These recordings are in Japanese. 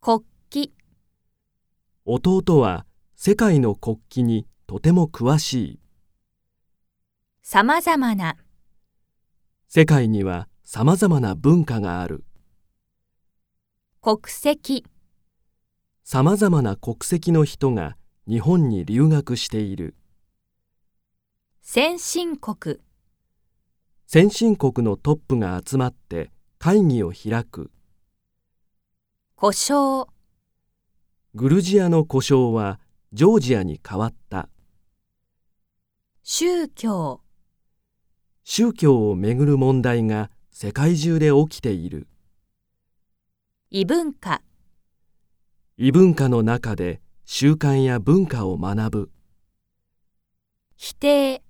旗弟は世界の国旗にとても詳しい。さまざまな世界には様々な文化がある。国籍様々な国籍の人が日本に留学している。先進国先進国のトップが集まって会議を開く。故障グルジアの故障はジョージアに変わった。宗教宗教をめぐる問題が世界中で起きている。異文化異文化の中で習慣や文化を学ぶ。否定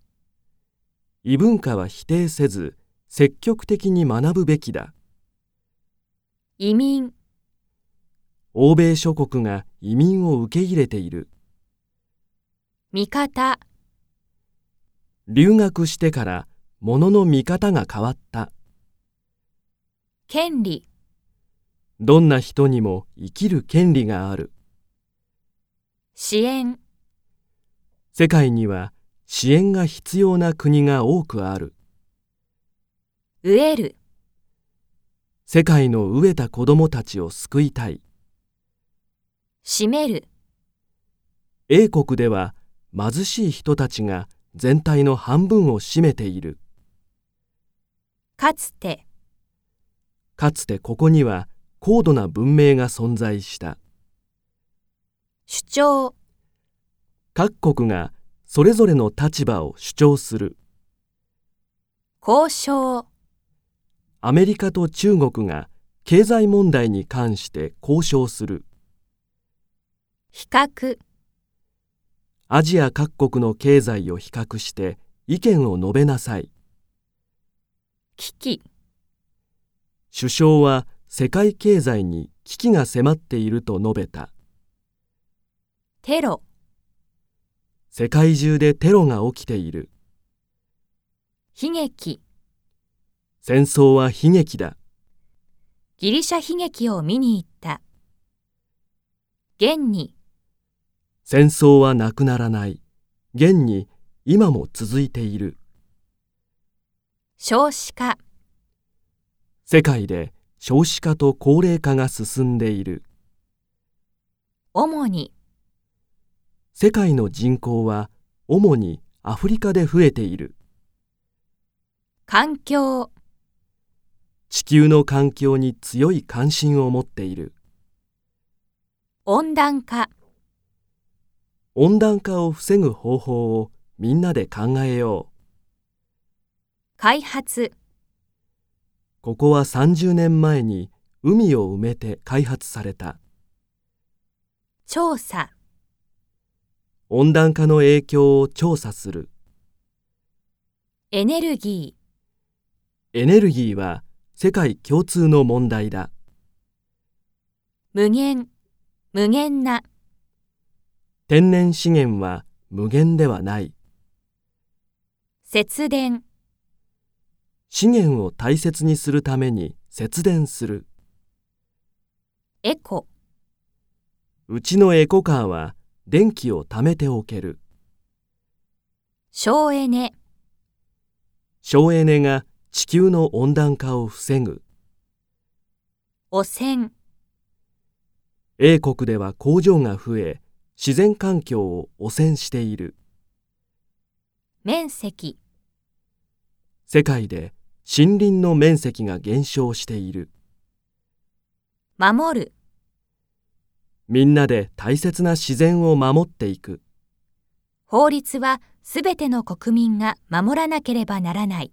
異文化は否定せず積極的に学ぶべきだ。移民欧米諸国が移民を受け入れている。味方留学してから物の見方が変わった。権利どんな人にも生きる権利がある。支援世界には支援が必要な国が多くある。植える世界の飢えた子供たちを救いたい。閉める英国では貧しい人たちが全体の半分を占めている。かつてかつてここには高度な文明が存在した。主張各国がそれぞれの立場を主張する。交渉アメリカと中国が経済問題に関して交渉する。比較アジア各国の経済を比較して意見を述べなさい。危機首相は世界経済に危機が迫っていると述べた。テロ世界中でテロが起きている。悲劇戦争は悲劇だ。ギリシャ悲劇を見に行った現に戦争はなくならない。現に今も続いている。少子化世界で少子化と高齢化が進んでいる。主に世界の人口は主にアフリカで増えている。環境地球の環境に強い関心を持っている。温暖化温暖化を防ぐ方法をみんなで考えよう。開発ここは30年前に海を埋めて開発された。調査温暖化の影響を調査する。エネルギーエネルギーは世界共通の問題だ。無限無限な天然資源は無限ではない。節電資源を大切にするために節電する。エコうちのエコカーは電気を貯めておける。省エネ省エネが地球の温暖化を防ぐ。汚染英国では工場が増え、自然環境を汚染している。面積世界で森林の面積が減少している。守るみんなで大切な自然を守っていく。法律はすべての国民が守らなければならない